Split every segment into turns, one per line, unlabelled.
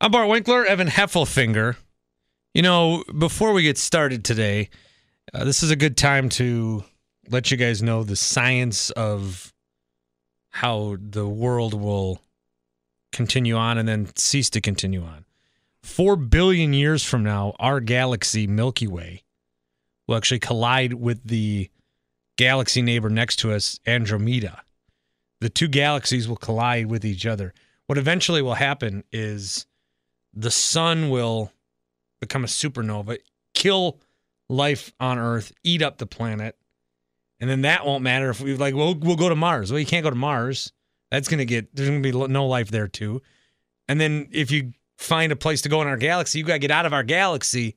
I'm Bart Winkler, Evan Heffelfinger. You know, before we get started today, uh, this is a good time to let you guys know the science of how the world will continue on and then cease to continue on. Four billion years from now, our galaxy, Milky Way, will actually collide with the galaxy neighbor next to us, Andromeda. The two galaxies will collide with each other. What eventually will happen is the sun will become a supernova, kill life on Earth, eat up the planet, and then that won't matter if we like. We'll we'll go to Mars. Well, you can't go to Mars. That's gonna get there's gonna be lo- no life there too. And then if you find a place to go in our galaxy, you gotta get out of our galaxy.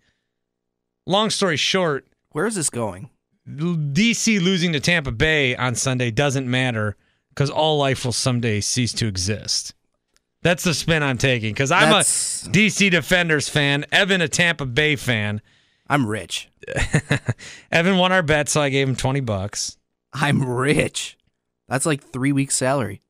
Long story short,
Where is this going?
DC losing to Tampa Bay on Sunday doesn't matter because all life will someday cease to exist. That's the spin I'm taking because I'm
That's-
a DC Defenders fan, Evan a Tampa Bay fan.
I'm rich.
Evan won our bet, so I gave him 20 bucks.
I'm rich. That's like three weeks' salary.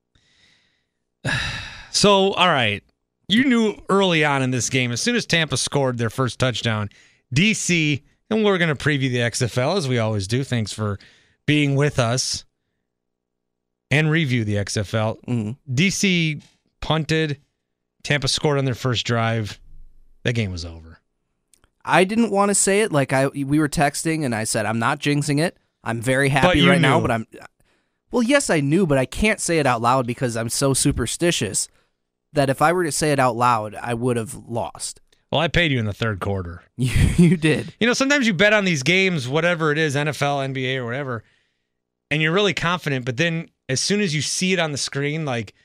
So, all right. You knew early on in this game, as soon as Tampa scored their first touchdown, DC, and we're going to preview the XFL as we always do. Thanks for being with us and review the XFL.
Mhm.
DC punted. Tampa scored on their first drive. That game was over.
I didn't want to say it. Like I, we were texting, and I said I'm not jinxing it. I'm very happy
you
right now,
knew.
but I'm. Well, yes, I knew, but I can't say it out loud because I'm so superstitious that if I were to say it out loud, I would have lost.
Well, I paid you in the third quarter.
You, you did.
You know, sometimes you bet on these games, whatever it is, NFL, NBA, or whatever, and you're really confident, but then as soon as you see it on the screen, like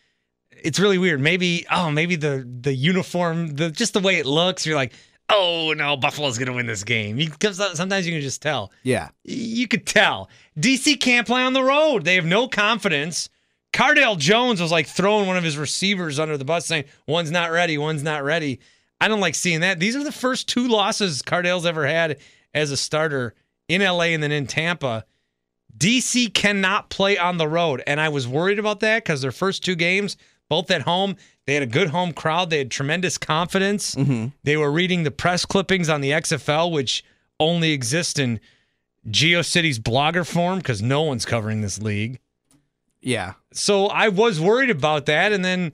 it's really weird. Maybe, oh, maybe the the uniform, the just the way it looks, you're like, oh no, Buffalo's gonna win this game. Because sometimes you can just tell.
Yeah.
You could tell. DC can't play on the road. They have no confidence. Cardale Jones was like throwing one of his receivers under the bus saying, one's not ready, one's not ready. I don't like seeing that. These are the first two losses Cardale's ever had as a starter in LA and then in Tampa. DC cannot play on the road. And I was worried about that because their first two games, both at home, they had a good home crowd. They had tremendous confidence.
Mhm.
They were reading the press clippings on the XFL, which only exist in GeoCities blogger form because no one's covering this league.
Yeah.
So I was worried about that, and then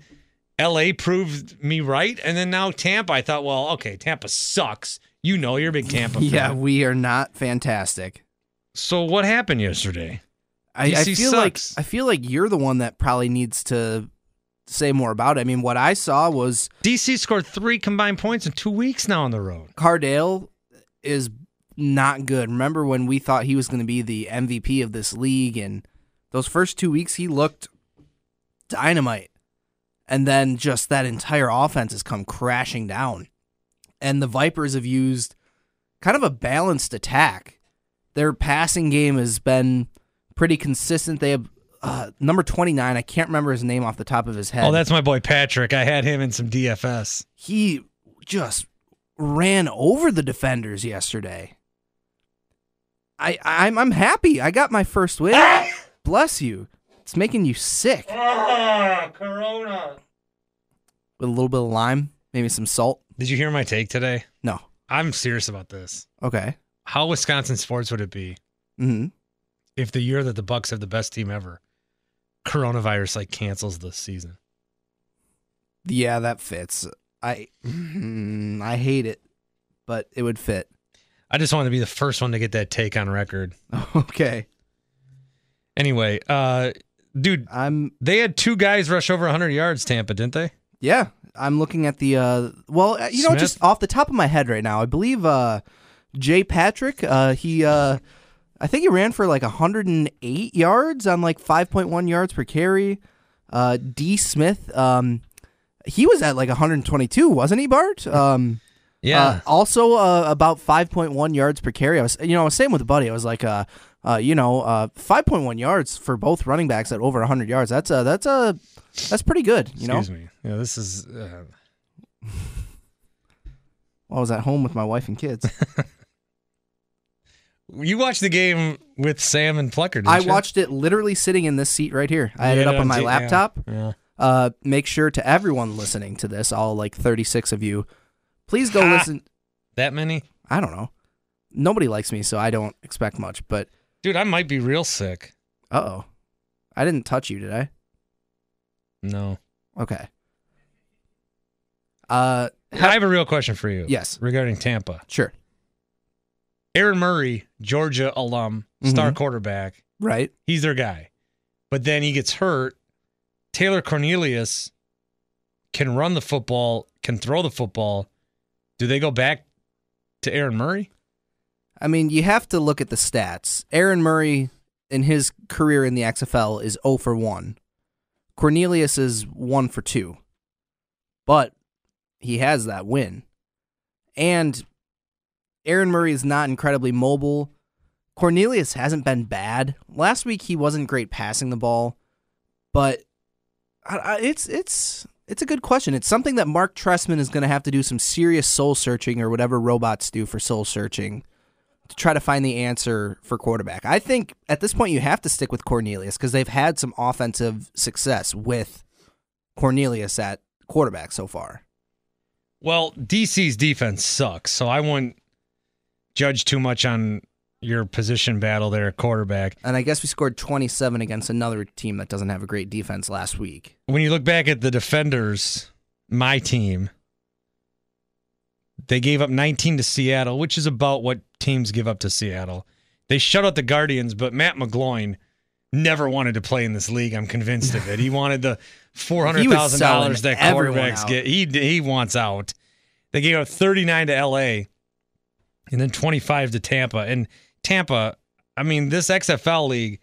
LA proved me right, and then now Tampa. I thought, well, okay, Tampa sucks. You know, you're a big Tampa fan.
Yeah. We are not fantastic.
So what happened yesterday?
I, I
DC
feel
sucks.
like I feel like you're the one that probably needs to say more about it. I mean, what I saw was
DC scored three combined points in two weeks now on the road.
Cardale is not good. Remember when we thought he was going to be the MVP of this league, and those first two weeks he looked dynamite, and then just that entire offense has come crashing down. And the Vipers have used kind of a balanced attack. Their passing game has been pretty consistent. They have uh, number twenty nine. I can't remember his name off the top of his head
Oh, that's my boy Patrick. I had him in some DFS.
he just ran over the defenders yesterday. I I'm I'm happy. I got my first win. Bless you. It's making you sick
corona.
with a little bit of lime, maybe some salt.
Did you hear my take today?
No.
I'm serious about this.
Okay.
How Wisconsin sports would it be
hmm
if the year that the Bucks have the best team ever, coronavirus like cancels the season?
Yeah, that fits. I mm, I hate it, but it would fit.
I just wanted to be the first one to get that take on record.
Okay.
Anyway, uh, dude,
I'm
they had two guys rush over 100 yards, Tampa, didn't they?
yeah. I'm looking at the uh. Well, uh, you know,
Smith?
just off the top of my head right now, I believe uh, Jay Patrick. Uh, he uh, I think he ran for like 108 yards on like 5.1 yards per carry. Uh, D. Smith, um, he was at like 122, wasn't he, Bart? Um, uh, also, uh, about 5.1 yards per carry. I was, you know, I was saying with a buddy, I was like, uh, uh, you know, uh, 5.1 yards for both running backs at over 100 yards. That's a, that's a, that's pretty good. You know,
Excuse me. Yeah, this is. Uh,
I was at home with my wife and kids.
you watched the game with Sam and Plucker, didn't
I
you?
watched it literally sitting in this seat right here. I had
You
it up on
T-
my
yeah,
laptop.
Yeah.
uh, make sure to everyone listening to this, all like 36 of you, please go
Ha.
listen.
That many?
I don't know. Nobody likes me, so I don't expect much. But
Dude, I might be real sick.
uh oh, I didn't touch you, did I?
No.
Okay. Uh,
I have a real question for you.
Yes.
Regarding Tampa.
sure.
Aaron Murray, Georgia alum, star
Mhm.
quarterback.
Right.
He's their guy. But then he gets hurt. Taylor Cornelius can run the football, can throw the football. Do they go back to Aaron Murray?
I mean, you have to look at the stats. Aaron Murray in his career in the XFL is 0 for 1. Cornelius is 1 for 2. But he has that win. And Aaron Murray is not incredibly mobile. Cornelius hasn't been bad. Last week he wasn't great passing the ball, but I, I, it's it's it's a good question. It's something that Mark Tressman is going to have to do some serious soul searching or whatever robots do for soul searching to try to find the answer for quarterback. I think at this point you have to stick with Cornelius because they've had some offensive success with Cornelius at quarterback so far.
Well, DC's defense sucks, so I wouldn't judge too much on your position battle there at quarterback.
And I guess we scored 27 against another team that doesn't have a great defense last week.
When you look back at the defenders, my team, they gave up 19 to Seattle, which is about what teams give up to Seattle. They shut out the Guardians, but Matt McGloin never wanted to play in this league. I'm convinced of it. He wanted the four hundred thousand
selling
dollars that
everyone
quarterbacks
out.
get. He he wants out. They gave up 39 to L.A. and then 25 to Tampa. And Tampa, I mean, this XFL league,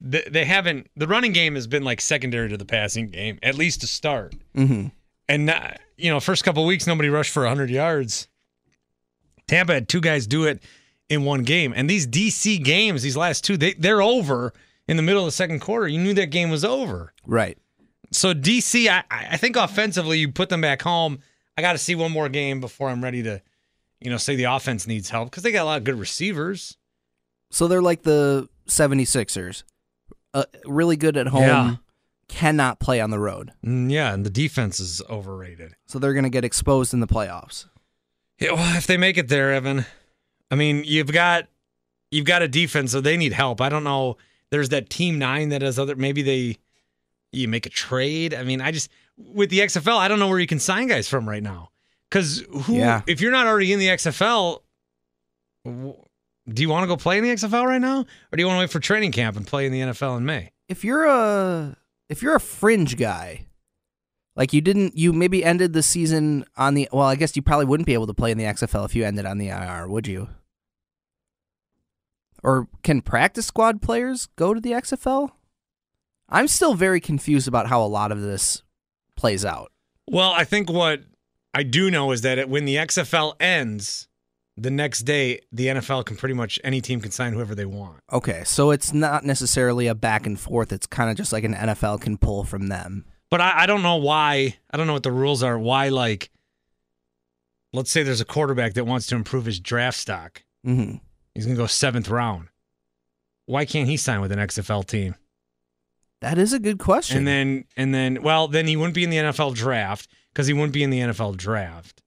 they, they haven't. The running game has been like secondary to the passing game, at least to start.
Mm-hmm.
And uh, you know, first couple weeks, nobody rushed for 100 yards. Tampa had two guys do it in one game, and these DC games, these last two, they they're over in the middle of the second quarter. You knew that game was over.
Right.
So DC, I I I think offensively, you put them back home. I got to see one more game before I'm ready to, you know, say the offense needs help because they got a lot of good receivers.
So they're like the 76ers. Uh, really good at home,
Yeah.
cannot play on the road.
Mm, yeah, and the defense is overrated.
So they're going to get exposed in the playoffs.
Yeah, well, if they make it there, Evan, I mean, you've got you've got a defense, so they need help. I don't know. There's that team nine that has other. Maybe they you make a trade. I mean, I just with the XFL, I don't know where you can sign guys from right now. Because who,
Yeah.
if you're not already in the XFL, w- do you want to go play in the XFL right now, or do you want to wait for training camp and play in the NFL in May?
if you're a if you're a fringe guy, like you didn't you maybe ended the season on the well, I guess you probably wouldn't be able to play in the XFL if you ended on the IR, would you? Or can practice squad players go to the XFL? I'm still very confused about how a lot of this plays out.
Well, I think what I do know is that it, when the XFL ends, the next day the NFL can pretty much any team can sign whoever they want.
Okay, so it's not necessarily a back and forth. It's kind of just like an NFL can pull from them.
But I, I don't know why. I don't know what the rules are. Why, like, let's say there's a quarterback that wants to improve his draft stock.
hmm
He's gonna go seventh round. Why can't he sign with an XFL team?
That is a good question.
And then, and then, well, then he wouldn't be in the NFL draft because he wouldn't be in the NFL draft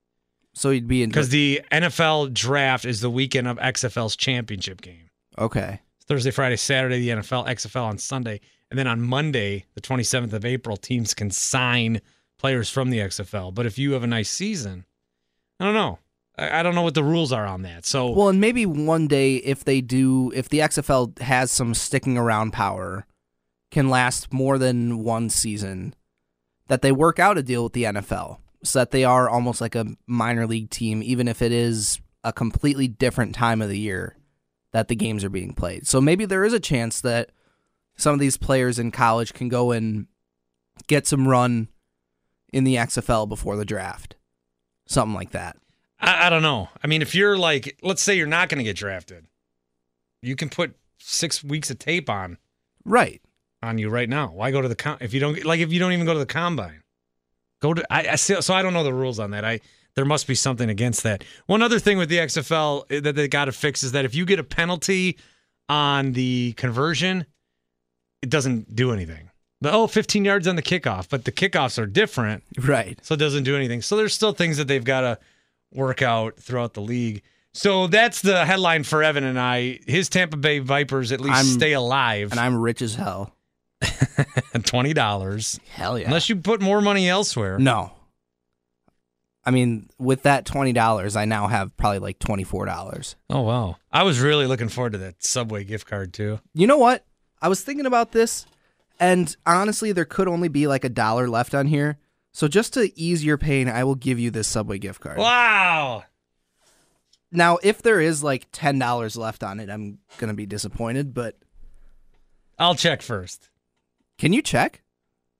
so you'd be in.
because the NFL draft is the weekend of XFL's championship game.
Okay.
Thursday, Friday, Saturday, the NFL, XFL on Sunday. And then on Monday, the 27th of April, teams can sign players from the XFL. But if you have a nice season, I don't know. I, I don't know what the rules are on that. So,
Well, and maybe one day if they do, if the XFL has some sticking around power, can last more than one season, that they work out a deal with the NFL so that they are almost like a minor league team, even if it is a completely different time of the year that the games are being played. So maybe there is a chance that some of these players in college can go and get some run in the XFL before the draft, something like that.
I, I don't know. I mean, if you're like, let's say you're not going to get drafted, you can put six weeks of tape on
Right.
on you right now. Why go to the com- if you don't like if you don't even go to the combine? Go to I, I still, so I don't know the rules on that. I there must be something against that. One other thing with the XFL eh, that they got to fix is that if you get a penalty on the conversion, it doesn't do anything. The, oh, 15 yards on the kickoff, but the kickoffs are different,
Right.
so it doesn't do anything. So there's still things that they've got to work out throughout the league. So that's the headline for Evan and I. His Tampa Bay Vipers at least
I'm-
stay alive.
And I'm rich as hell.
Twenty dollars,
Hell yeah.
unless you put more money elsewhere.
no. I mean, with that twenty dollars, I now have probably like twenty four dollars.
Oh wow, I was really looking forward to that Subway gift card too.
You know what? I was thinking about this, and honestly, there could only be like a dollar left on here. So just to ease your pain, I will give you this Subway gift card.
Wow.
Now, if there is like ten dollars left on it, I'm gonna be disappointed. But
I'll check first.
can you check?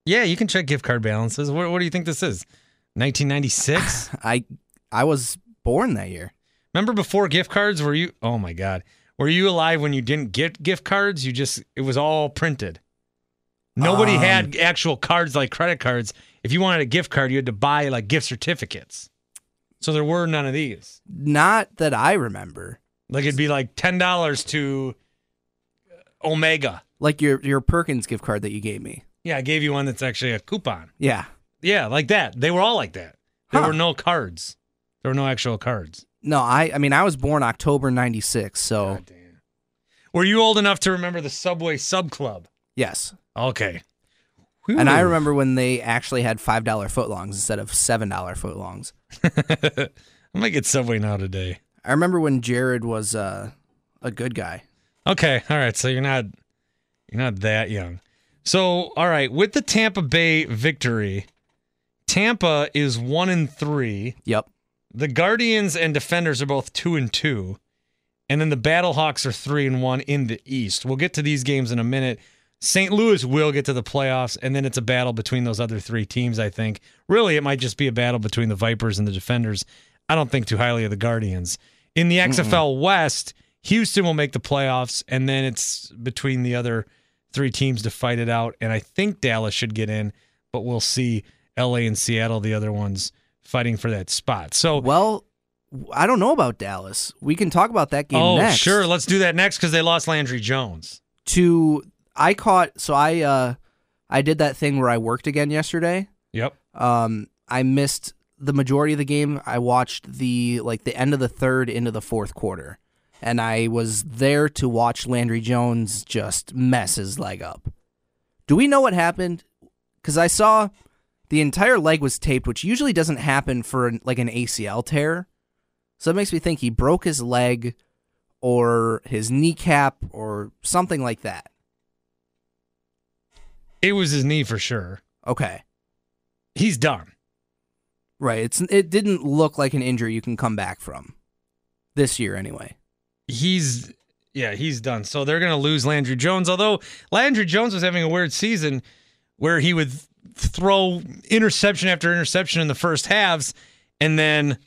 Yeah, you can check gift card balances. What, what do you think this is? 1996?
I I was born that year.
Remember before gift cards? Were you? Oh my God. Were you alive when you didn't get gift cards? You just, it was all printed. Nobody
Um,
had actual cards like credit cards. If you wanted a gift card, you had to buy like gift certificates. So there were none of these.
Not that I remember.
Like it'd be like $10 to Omega.
Like your your Perkins gift card that you gave me.
Yeah, I gave you one that's actually a coupon.
Yeah.
Yeah, like that. They were all like that. There
Huh.
were no cards. There were no actual cards.
No, I I mean I was born October '96, so
God damn. Were you old enough to remember the Subway Sub Club?
yes.
Okay.
And I
Whew.
remember when they actually had five dollar footlongs instead of seven dollar footlongs.
I might get Subway now today.
I remember when Jared was uh, a good guy.
Okay, all right. So you're not you're not that young. So all right, with the Tampa Bay victory, Tampa is one and three.
Yep.
The Guardians and Defenders are both two and two, and then the Battlehawks are three and one in the East. We'll get to these games in a minute. St. Louis will get to the playoffs, and then it's a battle between those other three teams. I think really it might just be a battle between the Vipers and the Defenders. I don't think too highly of the Guardians. In the XFL West, Houston will make the playoffs, and then it's between the other three teams to fight it out. And I think Dallas should get in, but we'll see. LA and Seattle, the other ones fighting for that spot. So
Well, I don't know about Dallas. We can talk about that game
oh,
next.
sure. Let's do that next because they lost Landry Jones.
To I caught so I uh, I did that thing where I worked again yesterday.
Yep.
Um, I missed the majority of the game. I watched the like the end of the third into the fourth quarter, and I was there to watch Landry Jones just mess his leg up. Do we know what happened? Because I saw the entire leg was taped, which usually doesn't happen for an, like an ACL tear. So it makes me think he broke his leg, or his kneecap, or something like that.
It was his knee for sure.
Okay,
He's done.
right. It's it didn't look like an injury you can come back from this year, anyway.
He's yeah, he's done. So they're gonna lose Landry Jones. Although Landry Jones was having a weird season where he would throw interception after interception in the first halves, and then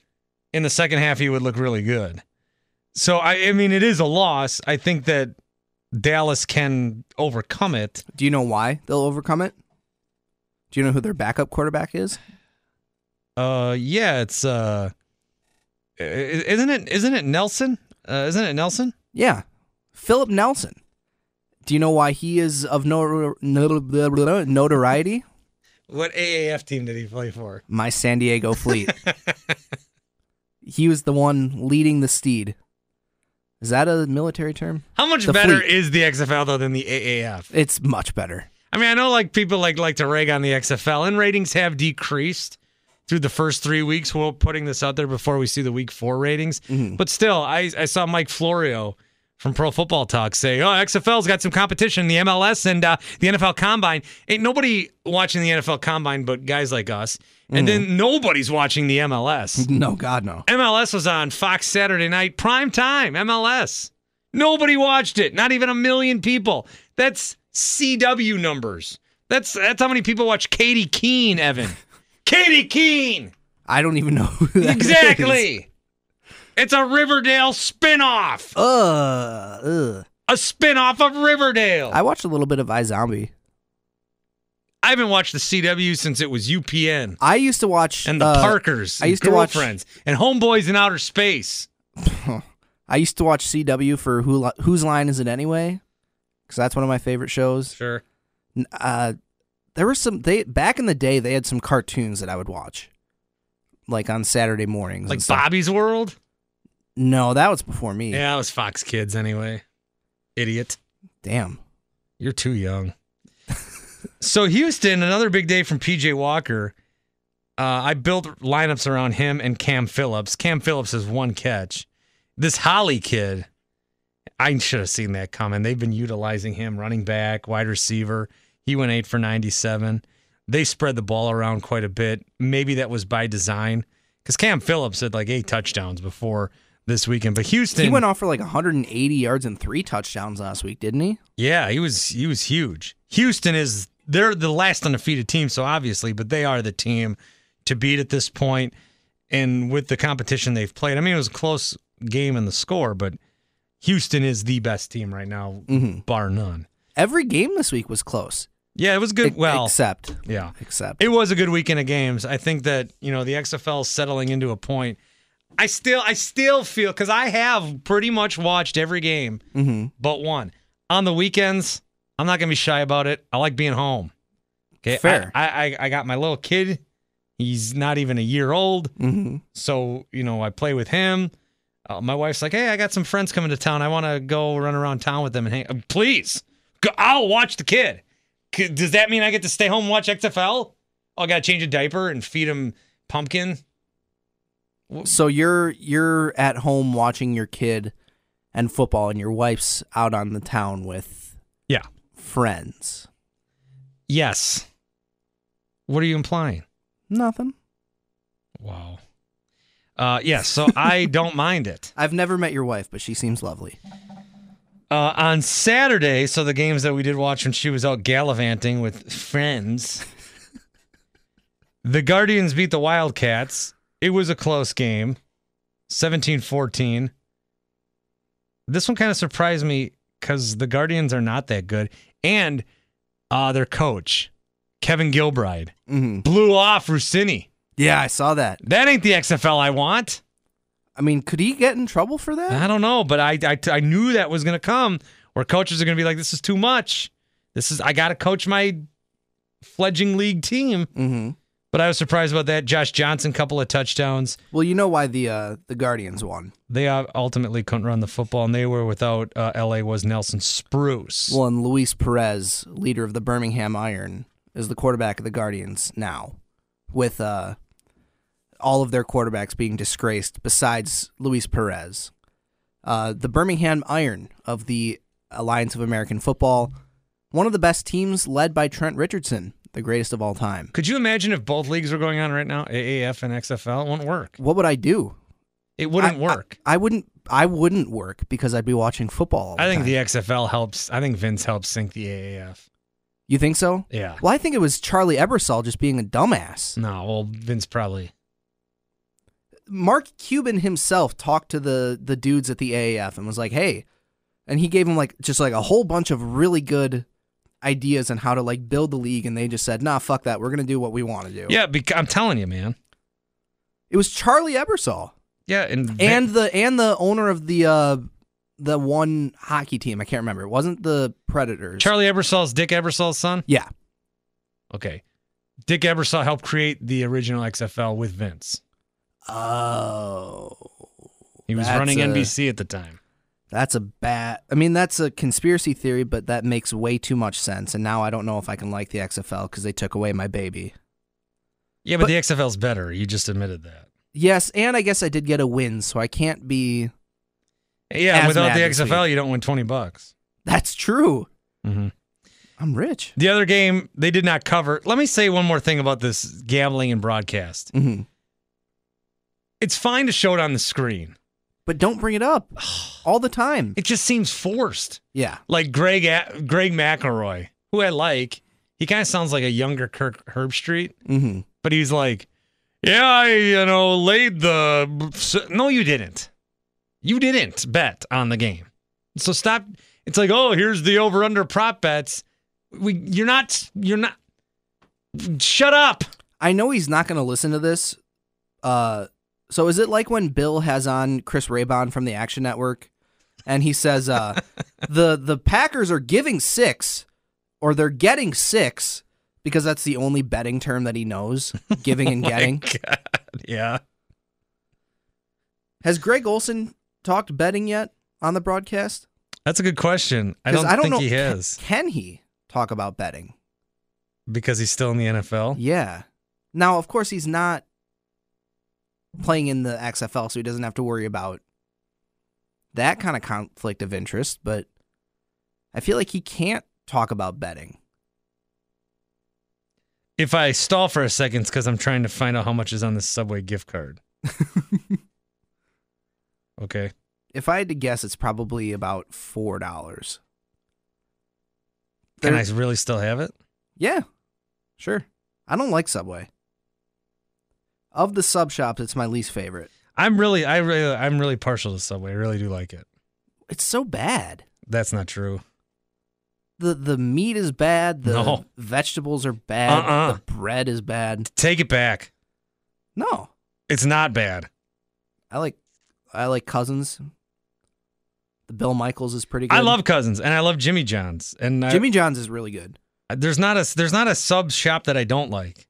in the second half he would look really good. So I, I mean, it is a loss. I think that Dallas can overcome it.
Do you know why they'll overcome it? Do you know who their backup quarterback is?
Uh, yeah, it's uh, i- isn't it? Isn't it Nelson? Uh, isn't it Nelson?
Yeah, Philip Nelson. Do you know why he is of no, no- blah, blah, blah, notoriety?
What AAF team did he play for?
My San Diego Fleet. he was the one leading the steed. Is that a military term?
How much
The
better
Fleet.
is the XFL though than the AAF?
It's much better.
I mean, I know like people like like to rag on the XFL, and ratings have decreased through the first three weeks. We're putting this out there before we see the week four ratings, but still, I I saw Mike Florio from Pro Football Talk say, "Oh, XFL's got some competition, the MLS and uh, the NFL Combine. Ain't nobody watching the NFL Combine, but guys like us, and then nobody's watching the MLS.
No, God, no.
MLS was on Fox Saturday night, prime time, MLS. Nobody watched it. Not even a million people. That's CW numbers. That's that's how many people watch Katie Keene, Evan. Katie Keene!
I don't even know who that is.
Exactly. It's a Riverdale spinoff.
Ugh, Uh, ugh.
A spinoff of Riverdale.
I watched a little bit of iZombie.
I haven't watched the CW since it was UPN
I used to watch
and the
uh,
Parkers
I
and
used to watch-
girlfriends and homeboys in outer space.
I used to watch CW for Who Li- Whose Line Is It Anyway? Because that's one of my favorite shows.
Sure.
N- Uh, there were some they back in the day they had some cartoons that I would watch. Like on Saturday mornings. and
Like
stuff.
Bobby's World?
No, that was before me.
Yeah, it was Fox Kids anyway. Idiot.
Damn.
You're too young. so Houston, another big day from PJ Walker. Uh, I built lineups around him and Cam Phillips. Cam Phillips has one catch. This Holly kid, I should have seen that coming. They've been utilizing him running back, wide receiver. He went eight for 97. They spread the ball around quite a bit. Maybe that was by design because Cam Phillips had like eight touchdowns before this weekend. But Houston,
He went off for like 180 yards and three touchdowns last week, didn't he?
Yeah, he was he was huge. Houston is they're the last undefeated team, so obviously, but they are the team to beat at this point. And with the competition they've played, I mean, it was a close game in the score, but Houston is the best team right now, bar none.
Mm-hmm. Every game this week was close.
Yeah, it was good.
Ex-
well,
except
yeah,
except
it was a good weekend of games. I think that you know the XFL is settling into a point. I still, I still feel because I have pretty much watched every game
hmm
but one. On the weekends, I'm not gonna be shy about it. I like being home. Okay, I-
Fair.
I, I I got my little kid. He's not even a year old,
hmm
so you know I play with him. Uh, my wife's like, "Hey, I got some friends coming to town. I want to go run around town with them and hang." Uh, Please, go, I'll watch the kid. C- Does that mean I get to stay home and watch XFL? Oh, I gotta change a diaper and feed him pumpkin.
So you're you're at home watching your kid and football, and your wife's out on the town with
Yeah.
friends.
Yes. What are you implying?
Nothing.
Wow. Uh, yeah, so I don't mind it.
I've never met your wife, but she seems lovely.
Uh, on Saturday, so the games that we did watch when she was out gallivanting with friends, the Guardians beat the Wildcats. It was a close game, 17 14. This one kind of surprised me because the Guardians are not that good. And uh, their coach, Kevin Gilbride,
hmm
blew off Rossini.
Yeah, I saw that.
That ain't the XFL I want.
I mean, could he get in trouble for that?
I don't know, but I, I, I knew that was going to come where coaches are going to be like, this is too much. This is, I got to coach my fledging league team.
hmm
But I was surprised about that. Josh Johnson, couple of touchdowns.
Well, you know why the uh, the Guardians won.
They uh, ultimately couldn't run the football, and they were without uh, LA was Nelson Spruce.
Well, and Luis Perez, leader of the Birmingham Iron, is the quarterback of the Guardians now, with uh, all of their quarterbacks being disgraced besides Luis Perez. Uh, the Birmingham Iron of the Alliance of American Football, one of the best teams led by Trent Richardson, the greatest of all time.
Could you imagine if both leagues were going on right now, AAF and XFL? It wouldn't work.
What would I do?
It wouldn't
I-
work.
I, I wouldn't. I wouldn't work because I'd be watching football. All the
I, think
time.
the XFL helps. I think Vince helps sink the AAF.
you think so.
Yeah.
Well, I think it was Charlie Ebersol just being a dumbass.
No, well, Vince probably.
Mark Cuban himself talked to the the dudes at the AAF and was like, "Hey," and he gave him like just like a whole bunch of really good ideas on how to like build the league, and they just said, "Nah, fuck that. We're gonna do what we want to do."
Yeah, bec- I'm telling you, man.
It was Charlie Ebersol
Yeah, and Vin-
and the and the owner of the uh the one hockey team. I can't remember. It wasn't the Predators.
Charlie Ebersol's Dick Ebersol's son?
Yeah.
Okay. Dick Ebersol helped create the original XFL with Vince.
Oh.
He was
That's
running
a-
NBC at the time.
That's a bad. I mean, that's a conspiracy theory, but that makes way too much sense. And now I don't know if I can like the XFL because they took away my baby.
Yeah, but,
But-
the XFL's better. You just admitted that.
Yes, and I guess I did get a win, so I can't be.
Yeah,
As
without
mad
the
this
XFL, you don't win 20 bucks.
That's true.
Mm-hmm.
I'm rich.
The other game they did not cover. Let me say one more thing about this gambling and broadcast.
hmm
It's fine to show it on the screen.
But don't bring it up all the time.
It just seems forced.
Yeah.
Like Greg A- Greg McElroy, who I like. He kind of sounds like a younger Kirk Herbstreit.
hmm
but he's like, "Yeah, I you know laid the no, you didn't, you didn't bet on the game, so stop." It's like, "Oh, here's the over under prop bets." We, you're not, you're not. Shut up.
I know he's not going to listen to this. Uh, so is it like when Bill has on Chris Raybon from the Action Network, and he says, uh, "the the Packers are giving six, or they're getting six, because that's the only betting term that he knows giving and getting.
God, yeah.
Has Greg Olson talked betting yet on the broadcast?
That's a good question. I
'Cause
don't, think
know,
he
ca-
has
Can he talk about betting?
because he's still in the NFL.
Yeah. Now, of course, he's not playing in the XFL, so he doesn't have to worry about that kind of conflict of interest, but I feel like he can't talk about betting.
If I stall for a second, it's because I'm trying to find out how much is on this Subway gift card. okay.
If I had to guess, it's probably about $4.
Can
There-
I really still have it?
Yeah, sure. I don't like Subway. Of the sub shops, it's my least favorite.
I'm really, I really, I'm really partial to Subway. I really do like it.
It's so bad.
That's not true.
The the meat is bad. The
No.
vegetables are bad.
Uh-uh.
The bread is bad.
Take it back.
No,
It's not bad.
I like I like Cousins. The Bill Michaels is pretty good.
I love Cousins and I love Jimmy John's and I-
Jimmy John's is really good.
there's not a there's not a sub shop that I don't like.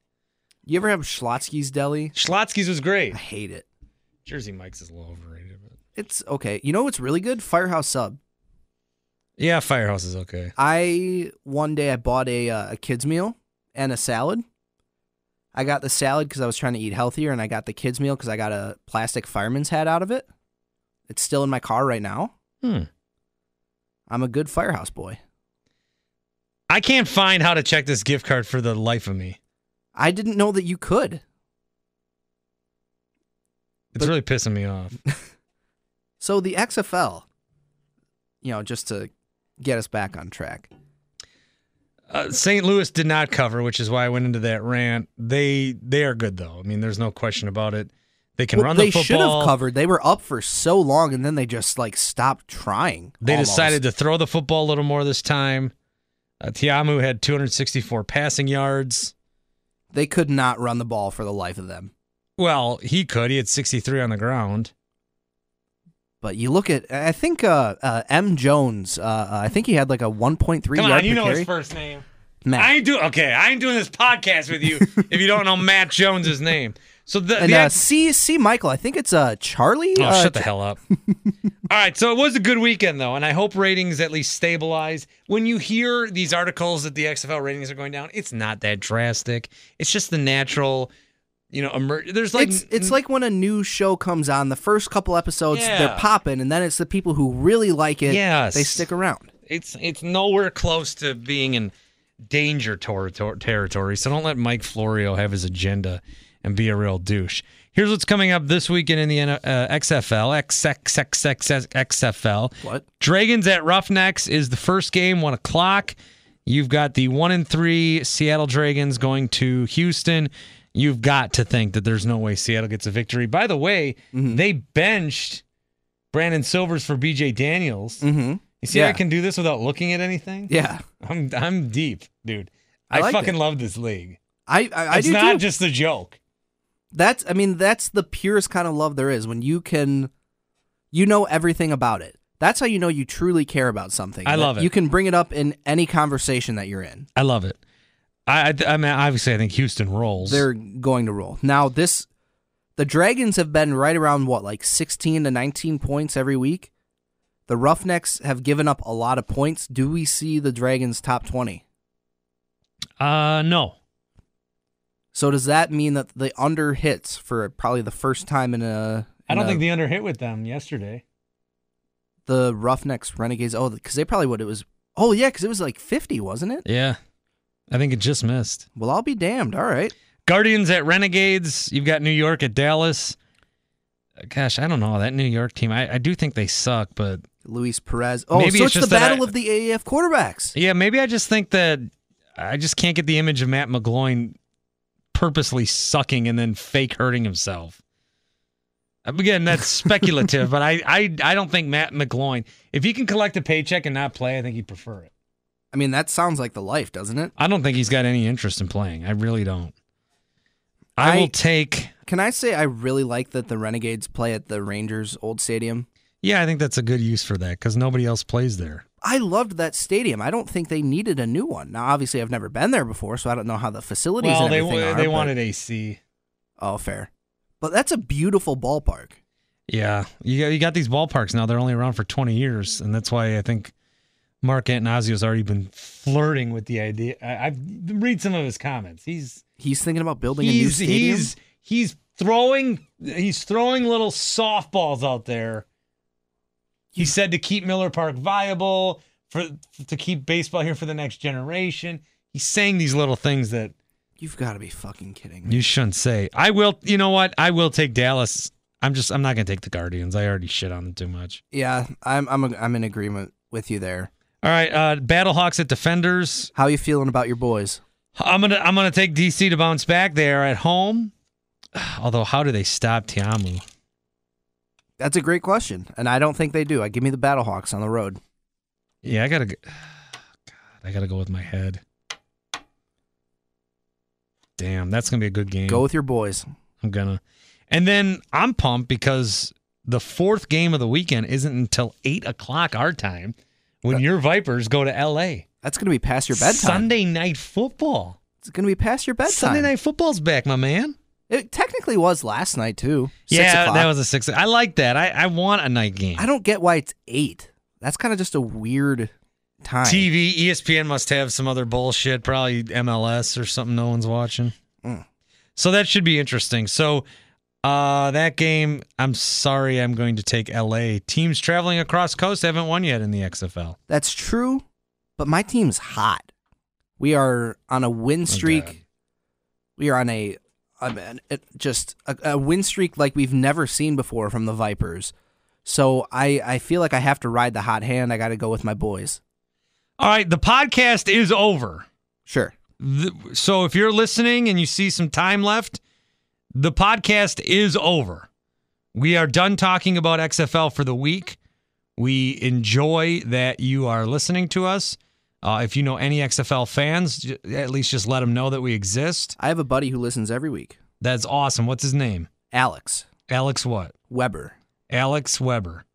You ever have Schlotsky's Deli?
Schlotsky's was great.
I hate it.
Jersey Mike's is a little overrated. But
It's okay. You know what's really good? Firehouse Sub.
yeah, Firehouse is okay.
I one day I bought a uh, a kids meal and a salad. I got the salad because I was trying to eat healthier, and I got the kids meal because I got a plastic fireman's hat out of it. It's still in my car right now.
Hmm.
I'm a good firehouse boy.
I can't find how to check this gift card for the life of me.
I didn't know that you could.
It's really pissing me off.
So the XFL, you know, just to get us back on track.
Uh, St. Louis did not cover, which is why I went into that rant. They they are good though. I mean, there's no question about it. They can
Well,
run
they
the football.
should have covered. They were up for so long, and then they just like stopped trying.
They
almost.
decided to throw the football a little more this time. Uh, Tiamu had 264 passing yards.
they could not run the ball for the life of them.
Well, he could. He had 63 on the ground.
But you look at, I think uh, uh, M. Jones, uh, uh, I think he had like a 1.3
Come
yard
on, you
per
know
carry.
his first name. I
Matt.
ain't do okay. I ain't doing this podcast with you if you don't know Matt Jones's name. So the,
and
the
uh, C. C. Michael, I think it's uh, Charlie.
Oh,
uh,
shut the hell up. All right, so it was a good weekend though, and I hope ratings at least stabilize. When you hear these articles that the XFL ratings are going down, it's not that drastic. It's just the natural, you know, emer- there's like
it's it's like when a new show comes on, the first couple episodes
Yeah.
they're popping, and then it's the people who really like it.
Yes.
they stick around.
it's it's nowhere close to being in danger tor- tor- territory. So don't let Mike Florio have his agenda and be a real douche. Here's what's coming up this weekend in the N- uh, XFL, XXXXX XFL.
What?
Dragons at Roughnecks is the first game, one o'clock. You've got the one and three Seattle Dragons going to Houston. You've got to think that there's no way Seattle gets a victory. By the way, they benched Brandon Silvers for BJ Daniels.
Mm-hmm.
You see,
Yeah.
how I can do this without looking at anything.
Yeah,
I'm I'm deep, dude. I,
I like
fucking
it.
love this league.
I I, I
It's
do
not
too.
just a joke.
That's I mean that's the purest kind of love there is when you can you know everything about it. That's how you know you truly care about something.
I
That
love it.
You can bring it up in any conversation that you're in.
I love it. I I, I mean, obviously, I think Houston rolls.
They're going to roll. Now this the Dragons have been right around what like 16 to 19 points every week. The Roughnecks have given up a lot of points. Do we see the Dragons top 20?
uh no.
So does that mean that the under hits for probably the first time in a
I don't
in a-
think the under hit with them yesterday.
the Roughnecks Renegades. Oh, because they probably would. It was. Oh yeah, because it was like fifty, wasn't it?
Yeah, I think it just missed.
Well, I'll be damned. All right.
Guardians at Renegades. You've got New York at Dallas. Uh, Gosh, I don't know that New York team. I, I do think they suck, but
Luis Perez. Oh,
Maybe it's
so it's,
just
the
that
battle
I-
of the AAF quarterbacks.
yeah, maybe I just think that I just can't get the image of Matt McGloin purposely sucking and then fake hurting himself. Again, that's speculative, but I, I I don't think Matt McGloin, if he can collect a paycheck and not play, I think he'd prefer it.
I mean, that sounds like the life, doesn't it?
I don't think he's got any interest in playing. I really don't. I
I-
will take
Can I say I really like that the Renegades play at the Rangers old stadium?
Yeah, I think that's a good use for that because nobody else plays there.
I loved that stadium. I don't think they needed a new one. Now, obviously, I've never been there before, so I don't know how the facilities.
well,
and
they
everything are,
they
but-
wanted AC.
Oh, fair. But that's a beautiful ballpark.
Yeah, you got, you got these ballparks now. They're only around for 20 years, and that's why I think Mark Antonosio's already been flirting with the idea. I, I've read some of his comments. He's
He's thinking about building a new
he's
stadium.
he's he's throwing he's throwing little softballs out there. He said to keep Miller Park viable for to keep baseball here for the next generation. He's saying these little things that
You've got to be fucking kidding me.
you shouldn't say. I will. You know what? I will take Dallas. I'm just. I'm not gonna take the Guardians. I already shit on them too much.
Yeah, I'm I'm I'm in agreement with you there.
All right. Uh, Battlehawks at Defenders.
How you feeling about your boys?
I'm gonna. I'm gonna take DC to bounce back. They are at home. Although, how do they stop Tiamu?
That's a great question, and I don't think they do. I give me the Battlehawks on the road.
Yeah, I gotta. g- God, I gotta go with my head. Damn, that's gonna be a good game.
Go with your boys.
I'm gonna. And then I'm pumped because the fourth game of the weekend isn't until eight o'clock our time, when your Vipers go to L.A.
That's gonna be past Uh, your bedtime.
Sunday night football.
It's gonna be past your bedtime.
Sunday night football's back, my man.
It technically was last night too. Six
yeah,
o'clock.
that was a six. I like that. I, I want a night game.
I don't get why it's eight. That's kind of just a weird time.
TV, ESPN must have some other bullshit, probably MLS or something no one's watching.
Mm.
So that should be interesting. So uh, that game, I'm sorry, I'm going to take LA. Teams traveling across coast haven't won yet in the XFL.
That's true, but my team's hot. We are on a win streak.
God.
We are on a, um, an- it- just a, a win streak like we've never seen before from the Vipers. So I, I feel like I have to ride the hot hand. I got to go with my boys.
All right, the podcast is over.
Sure.
Th- So if you're listening and you see some time left, the podcast is over. We are done talking about XFL for the week. We enjoy that you are listening to us. Uh, if you know any XFL fans, j- at least just let them know that we exist.
I have a buddy who listens every week,
That's awesome. What's his name?
Alex
Alex what?
Weber.
Alex Weber.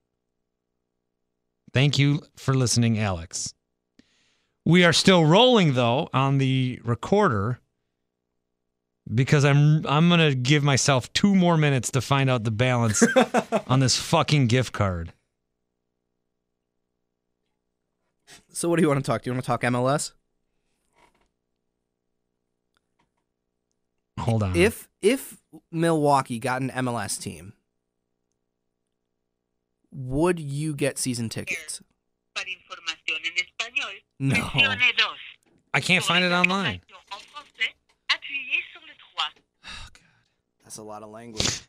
Thank you for listening, Alex. We are still rolling though on the recorder because I'm I'm going to give myself 2 more minutes to find out the balance on this fucking gift card.
So what do you want to talk? Do you want to talk MLS?
Hold
Mm-hmm.
on.
If if Milwaukee got an MLS team, would you get season tickets?
para información en espagnol,
No.
presione 2.
I can't find it online.
En français, appuyez sur le 3.
That's a lot of language.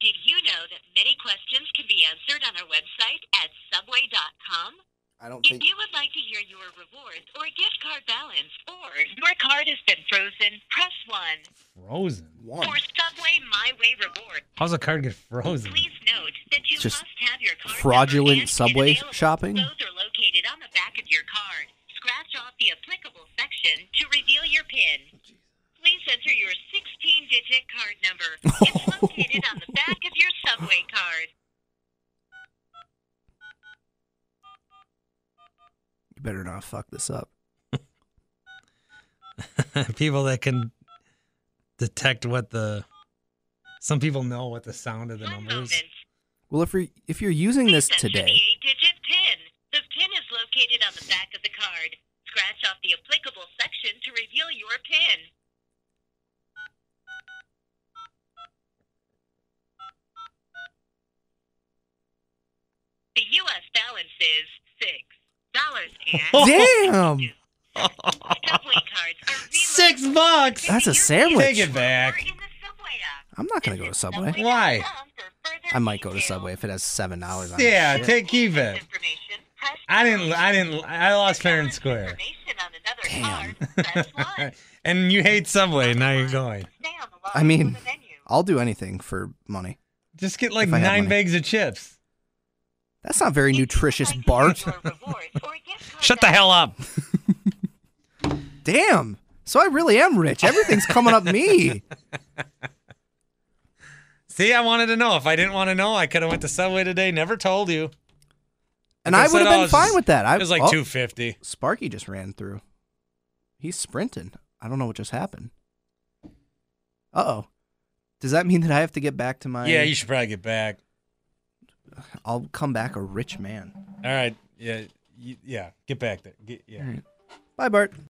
Did you know that many questions can be answered on our website at subway.com?
I don't
If you would like to hear your rewards or gift card balance, or your card has been frozen, press 1.
Frozen.
one.
For Subway My Way Reward,
How's a card get frozen?
please note that you
It's Hmm. just
must have your card.
fraudulent
number and
Subway
available.
shopping?
Those are located on the back of your card. Scratch off the applicable section to reveal your PIN. Please enter your 16 digit card number. It's located on the back of your subway card.
You better not fuck this up.
people that can detect what the some people know what the sound of the
One
number
moment.
is.
Well, if you're if you're using
Please
this
enter
today,
the 8 digit PIN. The PIN is located on the back of the card. Scratch off the applicable section to reveal your PIN. The U.S. balance is six dollars and.
damn,
Subway cards are reloaded.
Six bucks.
That's a
Your
sandwich.
Take it back.
In the Subway app.
I'm not gonna go to Subway.
Why?
I might go to Subway if it has seven dollars on it.
Yeah, Uh, take keep it. I didn't. I didn't. I lost fair and square.
Damn.
and you hate Subway. Now you're going.
I mean, I'll do anything for money.
Just get like
If I had
nine
money.
bags of chips.
That's not very nutritious, Bart.
Shut the hell up.
Damn. So I really am rich. Everything's coming up me.
See, I wanted to know. If I didn't want to know, I could have went to Subway today. Never told you.
And
Like
I
I said,
would have
I
been
was
fine
just-
with that. I
It was like
oh,
two fifty.
Sparky just ran through. He's sprinting. I don't know what just happened. Uh oh. Does that mean that I have to get back to my?
Yeah, you should probably get back.
I'll come back a rich man.
All right. Yeah. y- Yeah. Get back there. Get, yeah.
Bye, Bart.